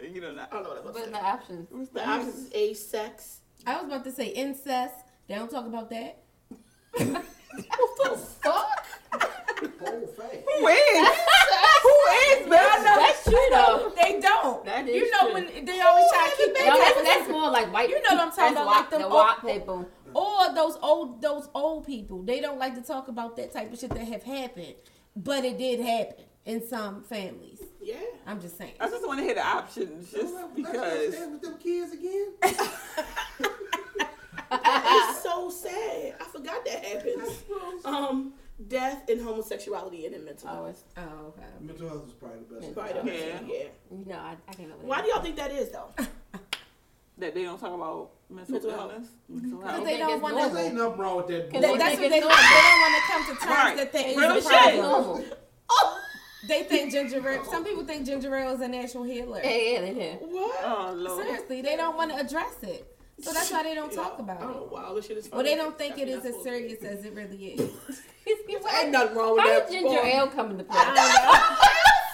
you know
I don't
that.
know what I was
What
going
are
to
the
say.
options?
What's
The
that?
options is A, sex.
I was about to say incest. They don't talk about that.
Fuck!
Whole fact.
Who is? Who is? Man, I know.
That's true though.
They don't.
That is
you know
true.
when they always try to keep
No,
their
that's,
kids-
that's more like white.
You know what I'm talking
that's
about,
white-
like them
the
old-
white people.
or those old those old people. They don't like to talk about that type of shit that have happened, but it did happen in some families.
Yeah.
I'm just saying.
I just want to hear the options, just
Let's
because.
stand with them kids again.
It's so sad. I forgot that happens. Um, death and homosexuality and then mental
Oh,
health.
it's,
Oh, okay.
Mental health is probably the best.
Probably the best
Yeah.
one, yeah.
you know, I, I can't know.
Why do y'all think that is, though?
That they don't talk about mental,
Mental health.
illness. Mental
But
health.
they don't want
Cause
to.
ain't nothing wrong with that.
Cause
boy.
they-
that's
think
what they
it's
don't. They don't want to come to terms
Right.
that they
Real
is a
shit.
problem.
normal.
They think ginger ale. Some people think ginger ale is a natural healer.
Yeah, yeah, they do.
What?
Oh Lord.
Seriously, they don't want to address it, so that's why they don't talk about
Oh,
it.
wow. This shit is funny.
Well, they don't think
I mean,
it is
that's
as serious as it really is.
bullshit. Ain't nothing wrong with
How
that.
did ginger
boy.
ale come into play?
I don't know.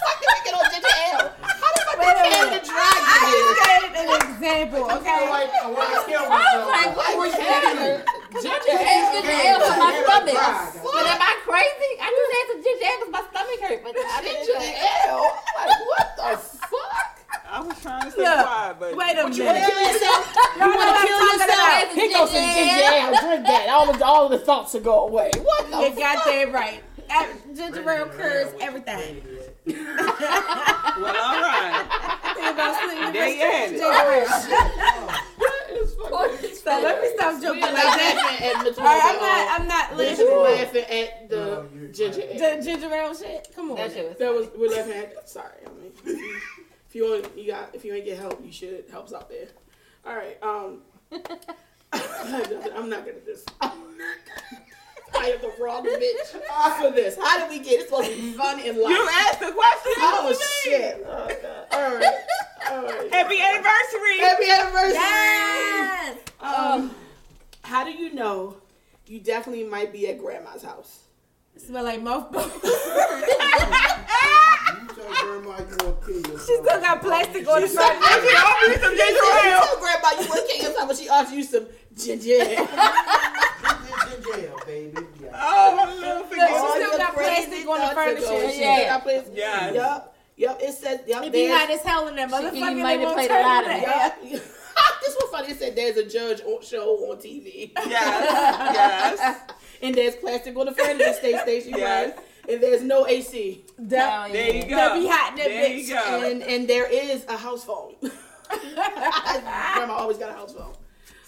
fucking we get on ginger ale? How the fuck
Wait a
we can
minute.
the dry ginger ale?
an example,
I feel
okay?
like I want to kill
I'm
myself.
like, what?
Where's
Ginger,
that?
ginger ale, ginger ale for my
Yeah,
stomach.
right.
But am I crazy? I just had some ginger ale because my stomach hurt. But I didn't
Ginger ale? Like, what the fuck?
I was trying to say
Look,
why, but
wait
You
a
wanna
minute.
kill yourself? You
know
wanna
what I'm
kill
talking
yourself?
about.
Here goes some ginger ale. Drink that. All of the, all of the thoughts will go away. What the
You
fuck?
got that right. Ev- Ginger ale
Ginger
cures
ale.
everything.
well, all right.
Think about sleeping
There you have it.
with ginger ale.
It's fucking-
So let me stop
We're
joking
not
like that.
laughing at Miss
All right, I'm
Wilson
not. I'm not
at all. We're
laughing.
laughing at the
No, you're-
ginger ale.
The ginger ale shit. Come on.
That shit was.
That was we're laughing at. Sorry, I mean, if you want, you got. If you ain't get help, you should. Help's out there. All right. Um, I'm not gonna do this. I'm not gonna do this. I am the wrong bitch for this. How did we get? It's supposed to be fun and light.
You asked the question.
oh shit! Oh, God. All right. All right.
Happy anniversary.
Happy anniversary.
Yes.
Um, how do you know you definitely might be at grandma's house?
Smell like mothballs.
You tell grandma you gonna kill yourself.
She still got plastic on the front.
Happy anniversary, some ginger
You
ale.
tell grandma you want to kill yourself, but she offers you some ginger.
It's ginger ale, baby. Yeah.
Oh, little
Look,
forget.
she- still got plastic on the furniture and shit.
Yes.
Yep. Yep. It says. Yep.
It be
there's-
hot as hell in that
She- you
motherfucker. They
might have
won't
played a
turn
lot
on
of
it.
Yep. this was funny. It said there's a judge on show on TV,
Yes, yes.
and there's plastic on the furniture. Stay station.
Yes.
Right. And there's no AC,
That-
Hell
There
yeah.
you go.
That be hot in that
there
bitch.
you go.
and and there is a house phone. grandma always got a house phone.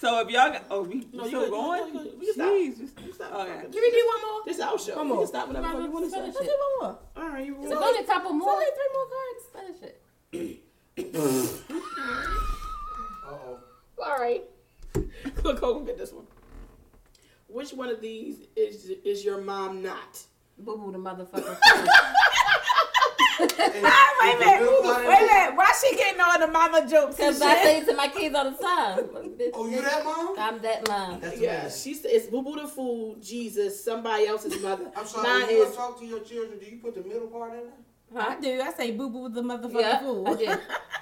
so if y'all, got, oh, we
No, you
we still
good, you
going?
good, you good. We can stop. Oh,
Jeez, we-
You stop
Okay.
fucking-
Can we do one more?
This is our show.
Come
we
on.
can stop whatever the fuck you want to
Finish
say.
Let's
it.
do one more.
All right, you
There's only a couple
There's
more.
only three more cards.
Finish it.
Uh-oh.
All right. Look, go get this one. Which one of these is is your mom not?
Boo boo the motherfucker.
Ah,
Wait a minute. Wait a minute. Why she getting all the mama jokes and
Because I say
shit?
it to my kids all the time. Like, bitch,
Oh, you that mom?
Uh,
I'm that mom.
That's
Yeah,
amazing.
she said it's boo boo the fool, Jesus, somebody else's mother.
I'm sorry,
Mine
when you
is
talk to your children, do you put the middle part in there?
I do. I say boo boo the motherfucking
Yeah,
fool.
I did.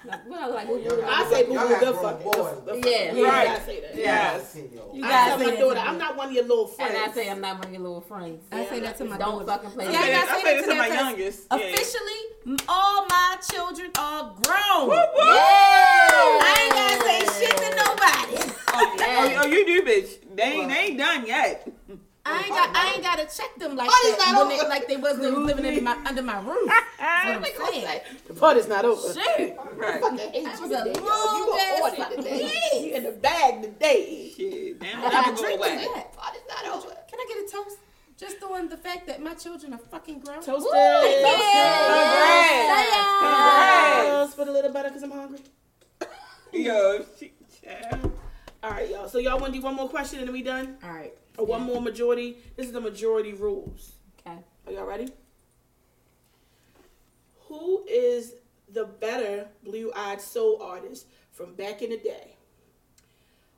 Like, What I like.
Y'all got-
I say boo
y'all
boo
got
the
grown
fucking
boys.
the, the,
Yeah.
yeah,
Right.
I say that.
Yeah. Yes.
You
I
guys
tell
say
my
that
daughter,
to
I'm
me.
not one of your little friends.
And I say I'm not one of your little friends.
I say that to my
Don't
daughter.
fucking play
Yeah,
I
I
say
with
got-
me.
that, I
say
say that
that
to
to
my
that person.
youngest. Yeah.
Officially, m- all my children are grown.
Woo!
I ain't gotta say shit to nobody.
Oh,
Yeah.
oh, you do, bitch. They ain't, they ain't done yet.
I ain't got I ain't gotta check them like
Party's
that
not
when
over.
they, like they wasn't living in my under my roof. That's what I'm saying.
the party's not over.
Shoot.
Right.
Fucking hate
That
you
was a
today, y'all.
long
You
ass
were ordered
fucking
today.
day.
You in the bag today.
Shit. Damn,
I
never
got
go
drink to
away.
that.
Party's not over.
Can I get a toast? Just on the fact that my children are fucking grown.
Toasted.
Congrats.
Toast with a little butter because I'm hungry.
Yo, she, child.
All right, y'all. So y'all want to do one more question and then we done?
All right.
Or one more majority? This is the majority rules.
Okay.
Are y'all ready? Who is the better blue-eyed soul artist from back in the day?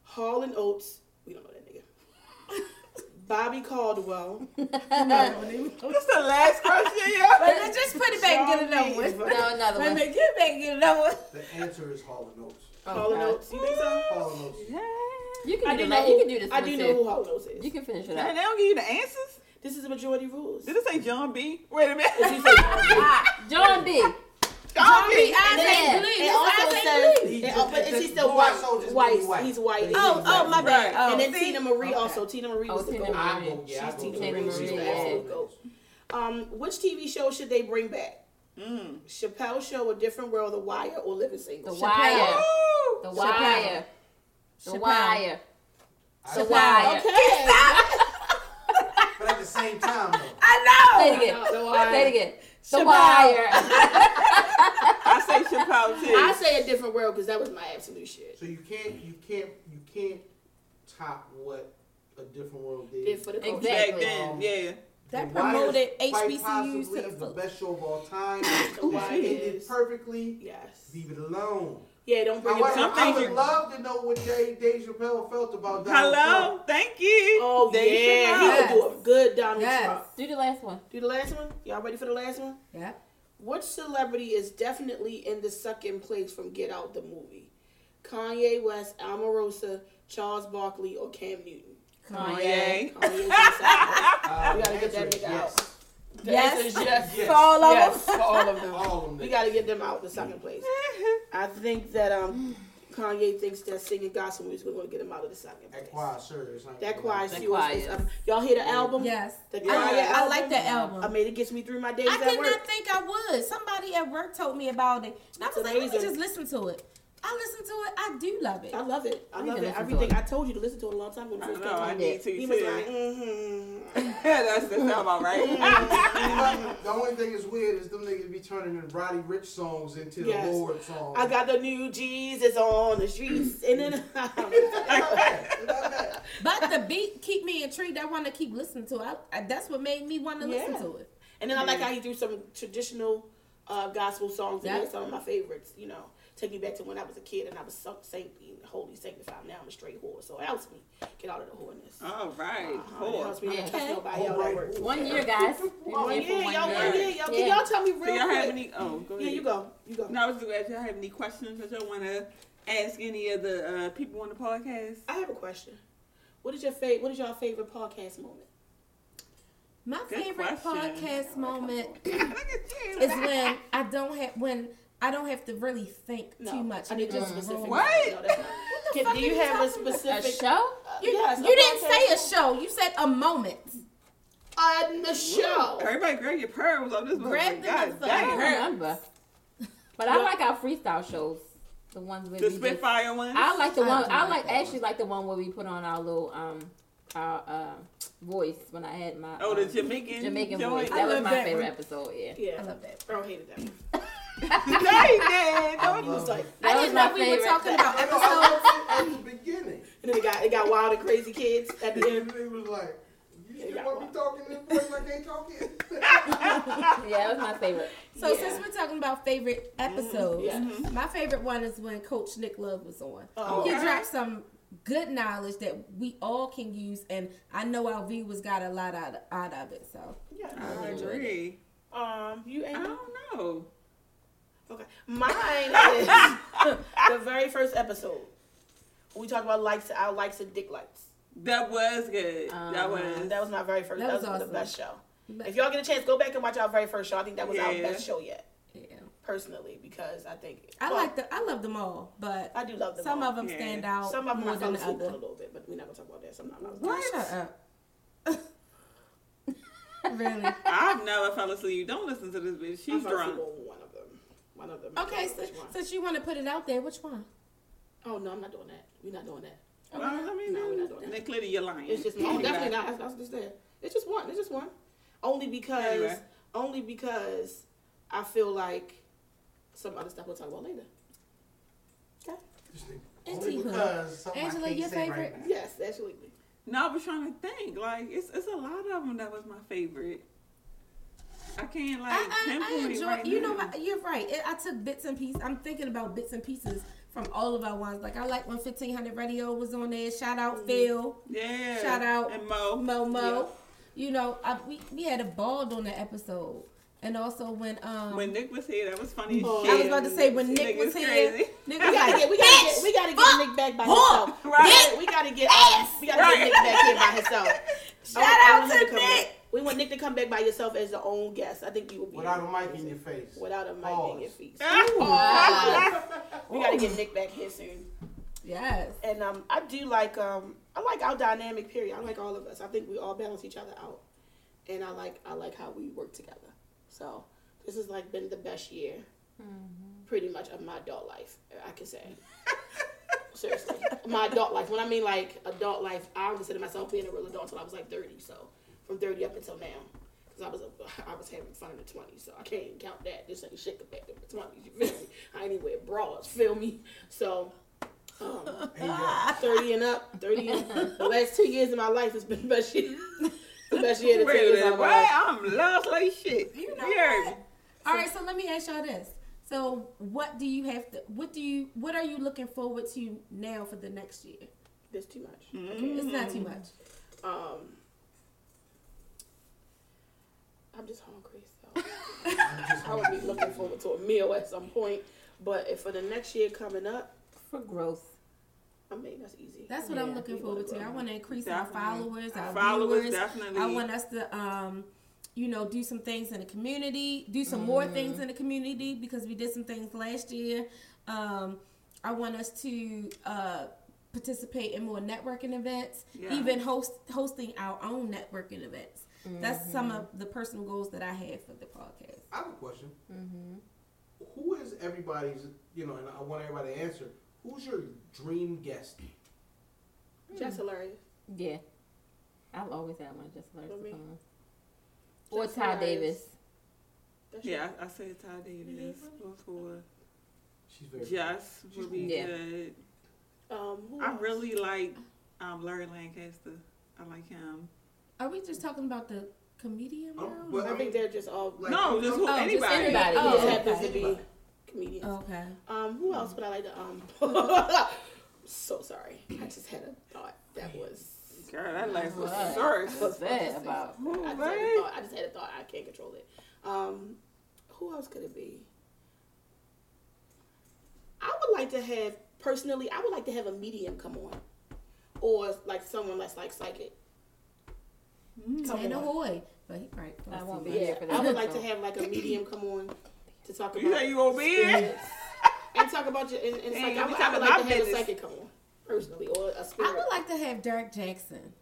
Hall and Oates. We don't know that nigga. Bobby Caldwell.
That's the last question, yeah.
Let's just put it back and get another one.
No, another
Let
one.
me get it back and get another one.
The answer is Hall & Oates.
Hall &
Oh, God.
Oates. You think so?
Hall & Oates.
You
I
can do,
do
the
know.
last. You can do this
I
one
do
too.
know who Hall & Oates is.
You can finish it
And
up.
they don't give you the answers.
This is the majority rules.
Did it say John B? Wait a minute.
If you say-
John B.
John B.
I
Yeah.
say blue.
It
This I
also
say
says,
blue.
and,
He
oh,
just-
but is
it
he
just-
still
blue
white?
eyes, so just
white.
blue white.
He's white.
But
Oh, oh, my bad. Oh,
and then
see?
Tina Marie
Okay.
also. Tina Marie
Oh,
was the
Tina
goat.
I
Marie.
go, yeah,
She's
I go
Tina
Tina
Marie,
She's the
yeah.
absolute goat.
Um, which TV show should they bring back?
Mm.
Chappelle Show, A Different World, The Wire, or Living Single? Chappelle.
The Wire. The
Chappelle.
Wire. The
Chappelle.
Wire.
I
The
don't-
Wire.
Okay.
But at the same time, though,
Say it
I know.
again.
The Wire.
Say it again. The
Chappelle.
Wire.
I say Chappelle too.
I say A Different World because that was my absolute shit.
so you can't, you can't, you can't top what a different world did.
Did for the culture.
Exactly.
Back then, yeah.
That
The Wire is
promoted
quite
HBCUs
possibly
to the
the
full.
best show of all time.
Ooh,
it
yes.
ended perfectly.
Yes.
Leave it alone.
Yeah, don't bring it
However,
back.
Some
I
things
would
you-
love to know what Jay Dave Chappelle felt about Donald
Hello,
Trump.
thank you.
Oh, yeah.
Dave
He
Chappelle.
would do a good Donald
Yes.
Trump.
Do the last one.
Do the last one. Y'all ready for the last one?
Yeah.
Which celebrity is definitely in the second place from Get Out the movie? Kanye West, Omarosa, Charles Barkley, or Cam Newton?
Oh,
Kanye.
Kanye's in the second.
Uh,
We gotta
the
get that nigga
answer is yes.
out. The
Yes.
answer is yes.
Yes.
For all of
Yes,
them.
for all of them.
All of them.
We gotta get them out the second place. I think that um, Kanye thinks that singing gospel music is gonna get him out of the second place.
That choir, sure. it's not-
That choir,
That
she was-
choir
is,
is-
um, y'all hear the album?
Yes.
The Kanye
Yeah.
I, I
album?
like that album.
I mean, it gets me through my days
I
at
did
work.
not think I would. Somebody at work told me about it. And I
It's
was like, let me
amazing.
just listen to it. I listened to it. I do love it.
I love it. I
We need
love
to
it.
listen to
Everything
it.
I told you to listen to it a long time ago. when
I
it first
know,
came
I
out.
need to,
He was
too.
like, mm-hmm.
That's the sound about
Mm.
right.
But the only thing is weird is them niggas be turning the Roddy Rich songs into
Yes.
the Lord songs.
I got the new Jesus on the streets, and then
got.
But the beat keep me intrigued. I want to keep listening to it. I, I, that's what made me want to
Yeah.
listen to it.
and then I like how he threw some traditional uh, gospel songs. in
Yeah.
there, some of my favorites. You know, take me back to when I was a kid and I was so saint, holy sanctified. Now I'm a straight whore, so it helps me get out of the whoreness.
All right,
Uh-huh. It
cool.
helps me not touch
Okay.
nobody out at work.
One year, guys. We
One
did it for
year, Oh, y'all. One year, y'all. Can
Yeah.
y'all tell me
So y'all
real
have
quick?
any? Oh, go ahead.
Yeah, you go. You go.
No, I was just gonna ask y'all have any questions that y'all want to ask any of the uh, people on the podcast.
I have a question. What is your favorite? What is your favorite podcast moment?
My
Good
favorite
question.
podcast moment
Look at
is
you.
when I don't have when I don't have to really think
No,
too much.
I need your
Mm.
specific.
What?
No, that's not.
the
Can,
fuck
do
are
you
you
have a
talking about?
A
specific? uh,
show?
You,
Yes,
you
a
didn't say a
podcast.
show. You said a moment.
on the show.
Everybody, grab your pearls on this.
Grab
motherfucker.
the
God
motherfucker.
I don't
damn.
Hurt.
remember. But I like our freestyle shows. The ones where
The
we just
Spitfire ones.
I like the
I
one.
do
I
like
like
that one.
actually like the one where we put on our little um our uh voice when I had my
Oh, the
um,
Jamaican.
Jamaican
joint.
voice.
I
That was
love
my
that
favorite
one.
episode. Yeah,
Yeah,
I love that.
Earl hated that one.
They did.
I
Don't-
was
love
like,
it.
That
I
was
didn't
my
know we were
favorite.
talking about
I know,
episodes.
I loved it at the beginning.
And then it got it got wild and crazy kids at
And
the end.
then it was like, you still want me talking to this voice I can't talk yet?
yeah, that was my favorite.
So
Yeah. Mm-hmm.
since we're talking about favorite episodes,
yes.
my favorite one is when Coach Nick Love was on.
Oh,
he
okay.
dropped some good knowledge that we all can use, and I know our viewers got a lot out, out of it. So
Yeah.
I agree.
Um, you
I
ain't
don't know.
okay. Mine is the very first episode. We talked about likes, our likes and dick likes.
That was good. that
Um,
was.
That was my very first. That
That
was,
was
the
awesome.
best show.
But-
If y'all get a chance, go back and watch our very first show. I think that was our
Yeah.
best show yet,
yeah,
personally, because I think
I
well,
like the I love them all, but
I do love them.
some
all.
of them
Yeah.
stand out
Some of them
more
I fell
than the
asleep on a
other.
little bit, but we're not gonna talk about that. Some of them I was
What?
Shut up. really?
I've never fell asleep. Don't listen to this bitch.
I
She's
fell asleep
drunk.
on One of them. One of them. I
Okay,
don't know
so,
which one.
since you want to put it out there, which one?
Oh no, I'm not doing that. We're not doing that.
Well, I mean,
No, we're not doing
then clearly you're lying.
It's just oh,
Anyway.
definitely not. That's, that's just that. It's just one. It's just one. Only because
Anyway.
only because I feel like some other stuff we'll talk about later.
Just
Auntie
Only
Hood.
because something I
Angela,
can't
your
say
favorite?
Right now.
Yes, actually.
No, I was trying to think. Like, it's it's a lot of them that was my favorite. I can't like
I, I, I
pinpoint
enjoy.
right
you know
now.
what? You're right. I I took bits and pieces. I'm thinking about bits and pieces from all of our ones. Like I like when fifteen hundred radio was on there. Shout
Mm-hmm.
out Phil.
Yeah.
Shout out
and Mo.
Mo Mo.
Yeah.
You know, I, we we had a bald on that episode, and also when um
When Nick was here, that was funny. as
Oh,
shit.
I was about to say when Nick was here,
crazy.
Nick
We
was
gotta
like,
get, we gotta get, we gotta get Nick back by
whore,
himself.
right.
We gotta get, um, we gotta get Nick back here by himself. I
shout
want- I
out
want him
to
come back.
Nick.
We want Nick to come back by yourself as the own guest. I think you will be
Without a mic in your face.
without a mic in
Pause.
your feet.
Wow.
We gotta get Nick back here soon.
Yes,
And um, I do like um, I like our dynamic. Period. I like all of us. I think we all balance each other out, and I like I like how we work together. So this has like been the best year, pretty much of my adult life. I can say. Seriously, my adult life. When I mean like adult life, I don't consider myself being a real adult until I was like thirty. So from thirty up until now, because I was a, I was having fun in the twenties, so I can't even count that. This ain't shit compared to the twenties. You feel me? I ain't even wear bras. Feel me? So. Um,
Ain't that-
30 and up, 30 and The last two years of my life has been the best year. The best year of the two
Wait a
years of my
minute, what?
life.
I'm lost like shit. You
know
heard
what?
me.
All right, so let me ask y'all this. So, what do you have to? What do you? What are you looking forward to now for the next year?
That's too much.
It's not
Mm-hmm.
too much.
Um, I'm just hungry, so I would be looking forward to a meal at some point. But if for the next year coming up,
For growth.
I mean that's easy.
That's what
Yeah,
I'm looking
we wanna
forward to.
grow.
I want to increase our
Definitely.
followers, our
Followers,
viewers.
definitely.
I want us to, um, you know, do some things in the community, do some more
Mm.
things in the community because we did some things last year. Um, I want us to uh, participate in more networking events,
Yeah.
even host hosting our own networking events.
Mm-hmm.
That's some of
Mm-hmm.
the personal goals that I have for the podcast.
I have a question.
Mm-hmm.
Who is everybody's, you know, and I want everybody to answer, who's your dream guest?
Just hilarious.
Yeah. I've always had one just learn
For me.
to come. Or
Just
Ty
hilarious.
Davis.
That's
Yeah, I, I said Ty Davis before.
She's very
Jess would be
Yeah.
good.
Um, who
I
else?
really like um, Larry Lancaster. I like him.
Are we just talking about the comedian?
Oh,
world?
well,
I think they're just all
Like,
no, just who,
oh, just
anybody.
anybody.
It just
Oh,
happens
okay.
to be comedians.
okay.
Um, who else would I like to um so sorry. I just had a thought that was
Girl, that last was
What?
absurd.
What's that about?
I just had a
Right.
thought. I just had a thought. I can't control it. Um who else could it be? I would like to have personally I would like to have a medium come on. Or like someone that's like psychic. Come
Tanner
on.
Hoy, but he probably
I won't be
Yeah.
here for that.
I would like to have like a medium come on to talk
You say
about
you gonna be here?
and talk about your and, and psychic.
Ain't
I
gonna be
would, I would
talking
like
about
to have a
business.
psychic come on. Personally, or a spirit.
I would like to have Derek Jackson.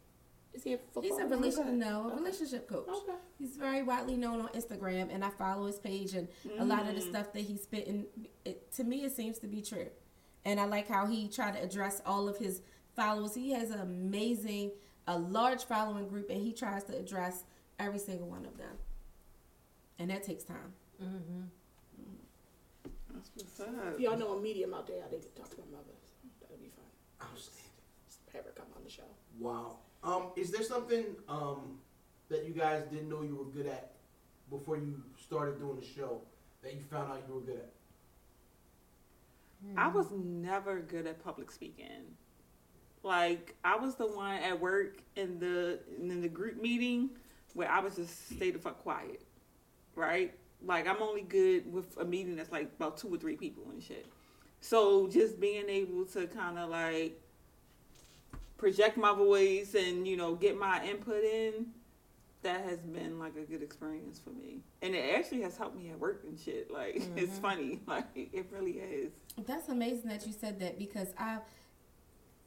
Is he a football?
He's a
Okay.
relationship no, a relationship coach.
Okay.
He's very widely known on Instagram, and I follow his page, and a lot
Mm.
of the stuff that he's spitting, it, to me, it seems to be true. And I like how he tried to address all of his followers. He has an amazing, a large following group, and he tries to address every single one of them. And that takes time.
Mm-hmm.
That's what's up.
If y'all know a medium out there, I need to talk to my mother. So that'll be fun.
Outstanding.
Just have her come on the show.
Wow. Um, is there something um that you guys didn't know you were good at before you started doing the show that you found out you were good at?
I was never good at public speaking. Like I was the one at work in the in the group meeting where I was just stay the fuck quiet, right? Like I'm only good with a meeting that's like about two or three people and shit. So just being able to kind of like project my voice and you know get my input in, that has been like a good experience for me, and it actually has helped me at work and shit. Like it's funny, like it really is.
That's amazing that you said that because I've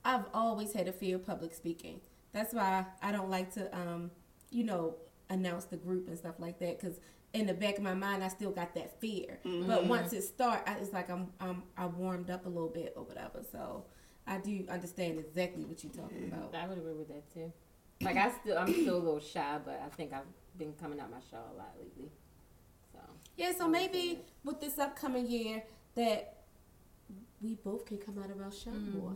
I've always had a fear of public speaking. That's why I don't like to um, you know, announce the group and stuff like that because in the back of my mind I still got that fear. But once it start, I, it's like I'm I'm I warmed up a little bit or whatever. So I do understand exactly what you're talking about.
I would agree with that too. Like I still, I'm still a little shy, but I think I've been coming out my shell a lot lately. So
Yeah, so maybe with this upcoming year that we both can come out of our shell more.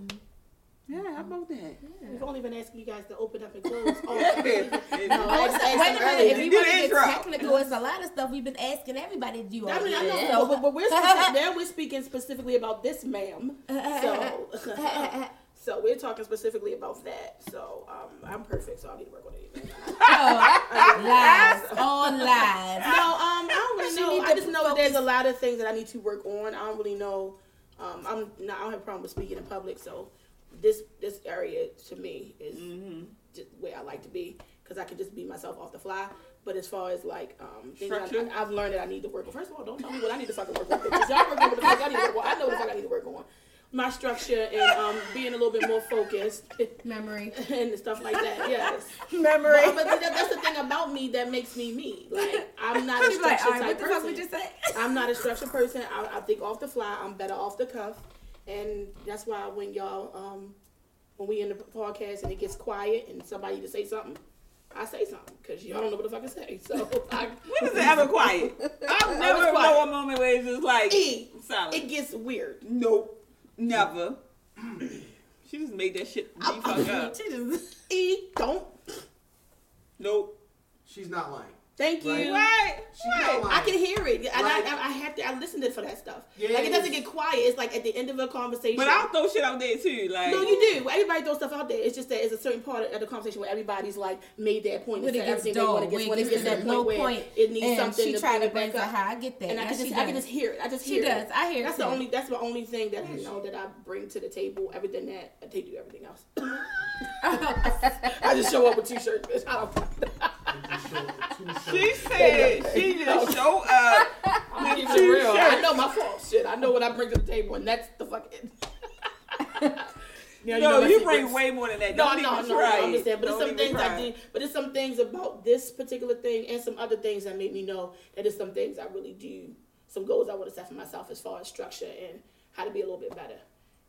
Yeah, how about that?
We've only been asking you guys to open up and close. Oh,
Oh,
Ask- ask
wait
them
a minute.
earlier.
If you
Do
want
the
to get
intro.
technical, it's a lot of stuff we've been asking everybody to do.
I mean, I know,
already.
but, but we're specific, now we're speaking specifically about this, ma'am. So, so we're talking specifically about that. So, um, I'm perfect, so I need to work on it.
Oh, lies, all lies.
No, um, I don't really
She
know.
need
I
to
just know that
focus.
there's a lot of things that I need to work on. I don't really know. Um, I'm not. I don't have a problem with speaking in public, so this this area to me is
Mm-hmm.
just where I like to be because I can just be myself off the fly. But as far as like um, things I,
Structure?
I, have learned that I need to work on. First of all, don't tell me what I need to fucking work on. Bitches. Y'all work on what the fuck I need to work on. I know what the fuck I need to work on. My structure and um, being a little bit more focused
Memory.
and stuff like that. Yes.
Memory.
But, but that, that's the thing about me that makes me me. Like I'm not a
She's like,
structure
all right,
type
what the fuck we
person.
just said?
I'm not a structured person. I, I think off the fly. I'm better off the cuff, and that's why when y'all um when we in the podcast and it gets quiet and somebody to say something, I say something because y'all don't know what the fuck to say. So I,
When is it ever quiet? I've
quiet.
never know a moment where it's just like
E.
silent.
it gets weird.
nope, never. she just made that shit be fuck up.
She just.
E don't
Nope.
She's not lying.
thank you.
Right.
Right.
She's not lying.
I can hear it, and
Right.
I, I, I have to. I listen to for that stuff.
Yeah,
like it
it
doesn't
is.
get quiet. It's like at the end of a conversation.
But I'll throw shit out there too. Like
No, you do. Everybody throws stuff out there. It's just that it's a certain part of the conversation where everybody's like made their point.
When
and
it
said
gets
everything they
dull,
wanna get-
when it gets to that low point,
it needs
and
something
she
to
tried
bring
to
it
bring
back
her
up.
high. I get that.
And I
Yes,
can just,
she
I can
does.
just hear it. I just
She
hear
does.
it.
I hear it
That's the
too.
only. That's the only thing that I know that I bring to the table. Everything that they do, everything else. I just show up with t-shirts. bitch. I don't.
she said she just show up.
I'm keeping it
Two
real. I
shirts.
know my fault. Shit, I know what I bring to the table, and that's the fucking. Now know
No,
my
you
secrets.
bring way more than that.
No,
Don't
no, no,
even
no,
try
I
it.
understand. But
Don't
it's some
even
things
try
I
it.
did. But it's some things about this particular thing and some other things that made me know that it's some things I really do. Some goals I want to set for myself as far as structure and how to be a little bit better.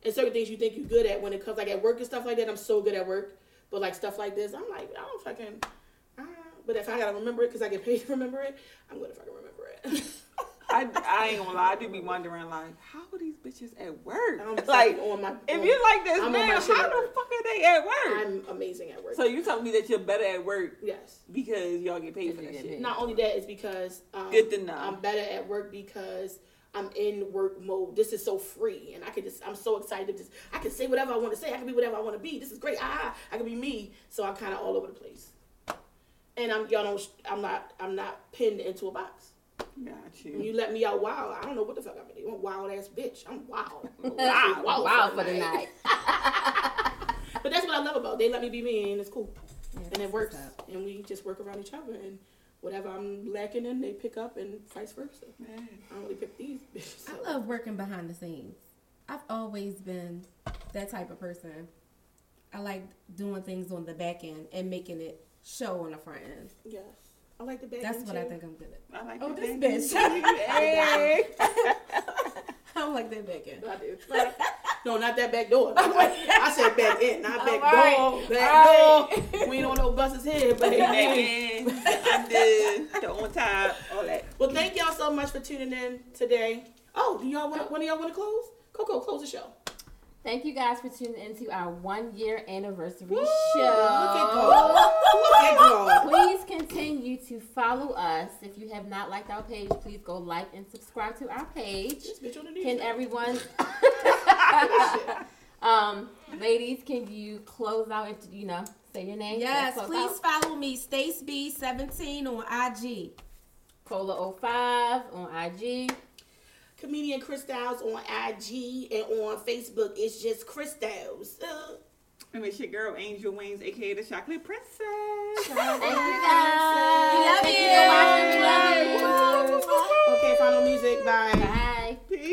And certain things you think you're good at when it comes like at work and stuff like that. I'm so good at work, but like stuff like this, I'm like I don't fucking. ah. But if I gotta remember it because I get paid to remember it, I'm gonna fucking remember it.
I, I ain't gonna lie, I do be wondering like, how are these bitches at work?
I'm fucking
like,
on my.
if
on-
you like this
I'm on
man,
my
how
shit at
the
work.
fuck are they at work?
I'm amazing at work.
so you telling me that you're better at work
yes.
because y'all get paid for
Because
that
you
shit?
get paid.
Not only that, it's because um,
Good to know.
I'm better at work because I'm in work mode. This is so free, and I can just I'm so excited. to Just I can say whatever I want to say. I can be whatever I want to be. This is great. Ah, I can be me. So I'm kind of all over the place, and I'm y'all don't. I'm not. I'm not pinned into a box.
Got
When
you.
you let me out wild, I don't know what the fuck I'm gonna do. I'm a wild ass bitch. I'm wild. Ah, I'm
Wow, wow for the night.
But that's what I love about. They let me be me, and it's cool,
Yeah,
and it
that's
works,
what's up.
and we just work around each other, and whatever I'm lacking in, they pick up, and vice versa. I only pick these bitches.
I
up.
love working behind the scenes. I've always been that type of person. I like doing things on the back end and making it show on the front end.
Yes. I like the back.
That's
end,
what I
too.
think I'm good at.
I like
Oh,
that
this
baby.
bitch.
Hey.
I don't like that back end.
I do. no, not that back door. I said back end, not back
All
door.
right.
Back
All
door. We ain't on no buses here, but
Hey, man. I'm the, the on top, all that.
well, thank y'all so much for tuning in today. Oh, do y'all want one of y'all want to close? Coco, close the show.
Thank you guys for tuning into our one year anniversary
Look at
show.
Coco. Look at Coco.
Please continue to follow us. If you have not liked our page, please go like and subscribe to our page.
This bitch on the news.
Can everyone, um, ladies, can you close out? If you know, say your name.
Yes,
Close
please
out.
follow me, Stace B17 on IG.
Cola05 on IG.
Comedian Christals on IG and on Facebook. It's just Christals. Uh,
And it's your girl, Angel Wings, aka the Chocolate Princess.
Thank you guys.
We love
Thank you for watching.
you.
We love you.
okay, final music. Bye.
Bye.
Peace.